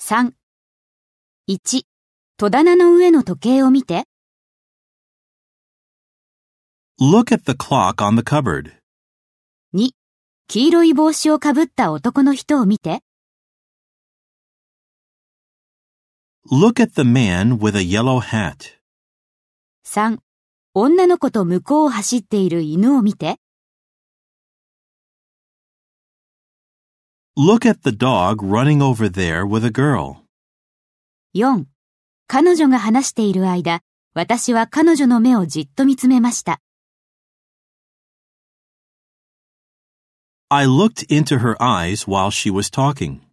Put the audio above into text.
3。1、戸棚の上の時計を見て。 Look at the clock on the cupboard. 2、黄色い帽子をかぶった男の人を見て。 Look at the man with a yellow hat. 3、女の子と向こうを走っている犬を見て。 Look at the dog running over there with a girl. 4、彼女が話している間、私は彼女の目をじっと見つめました。 I looked into her eyes while she was talking.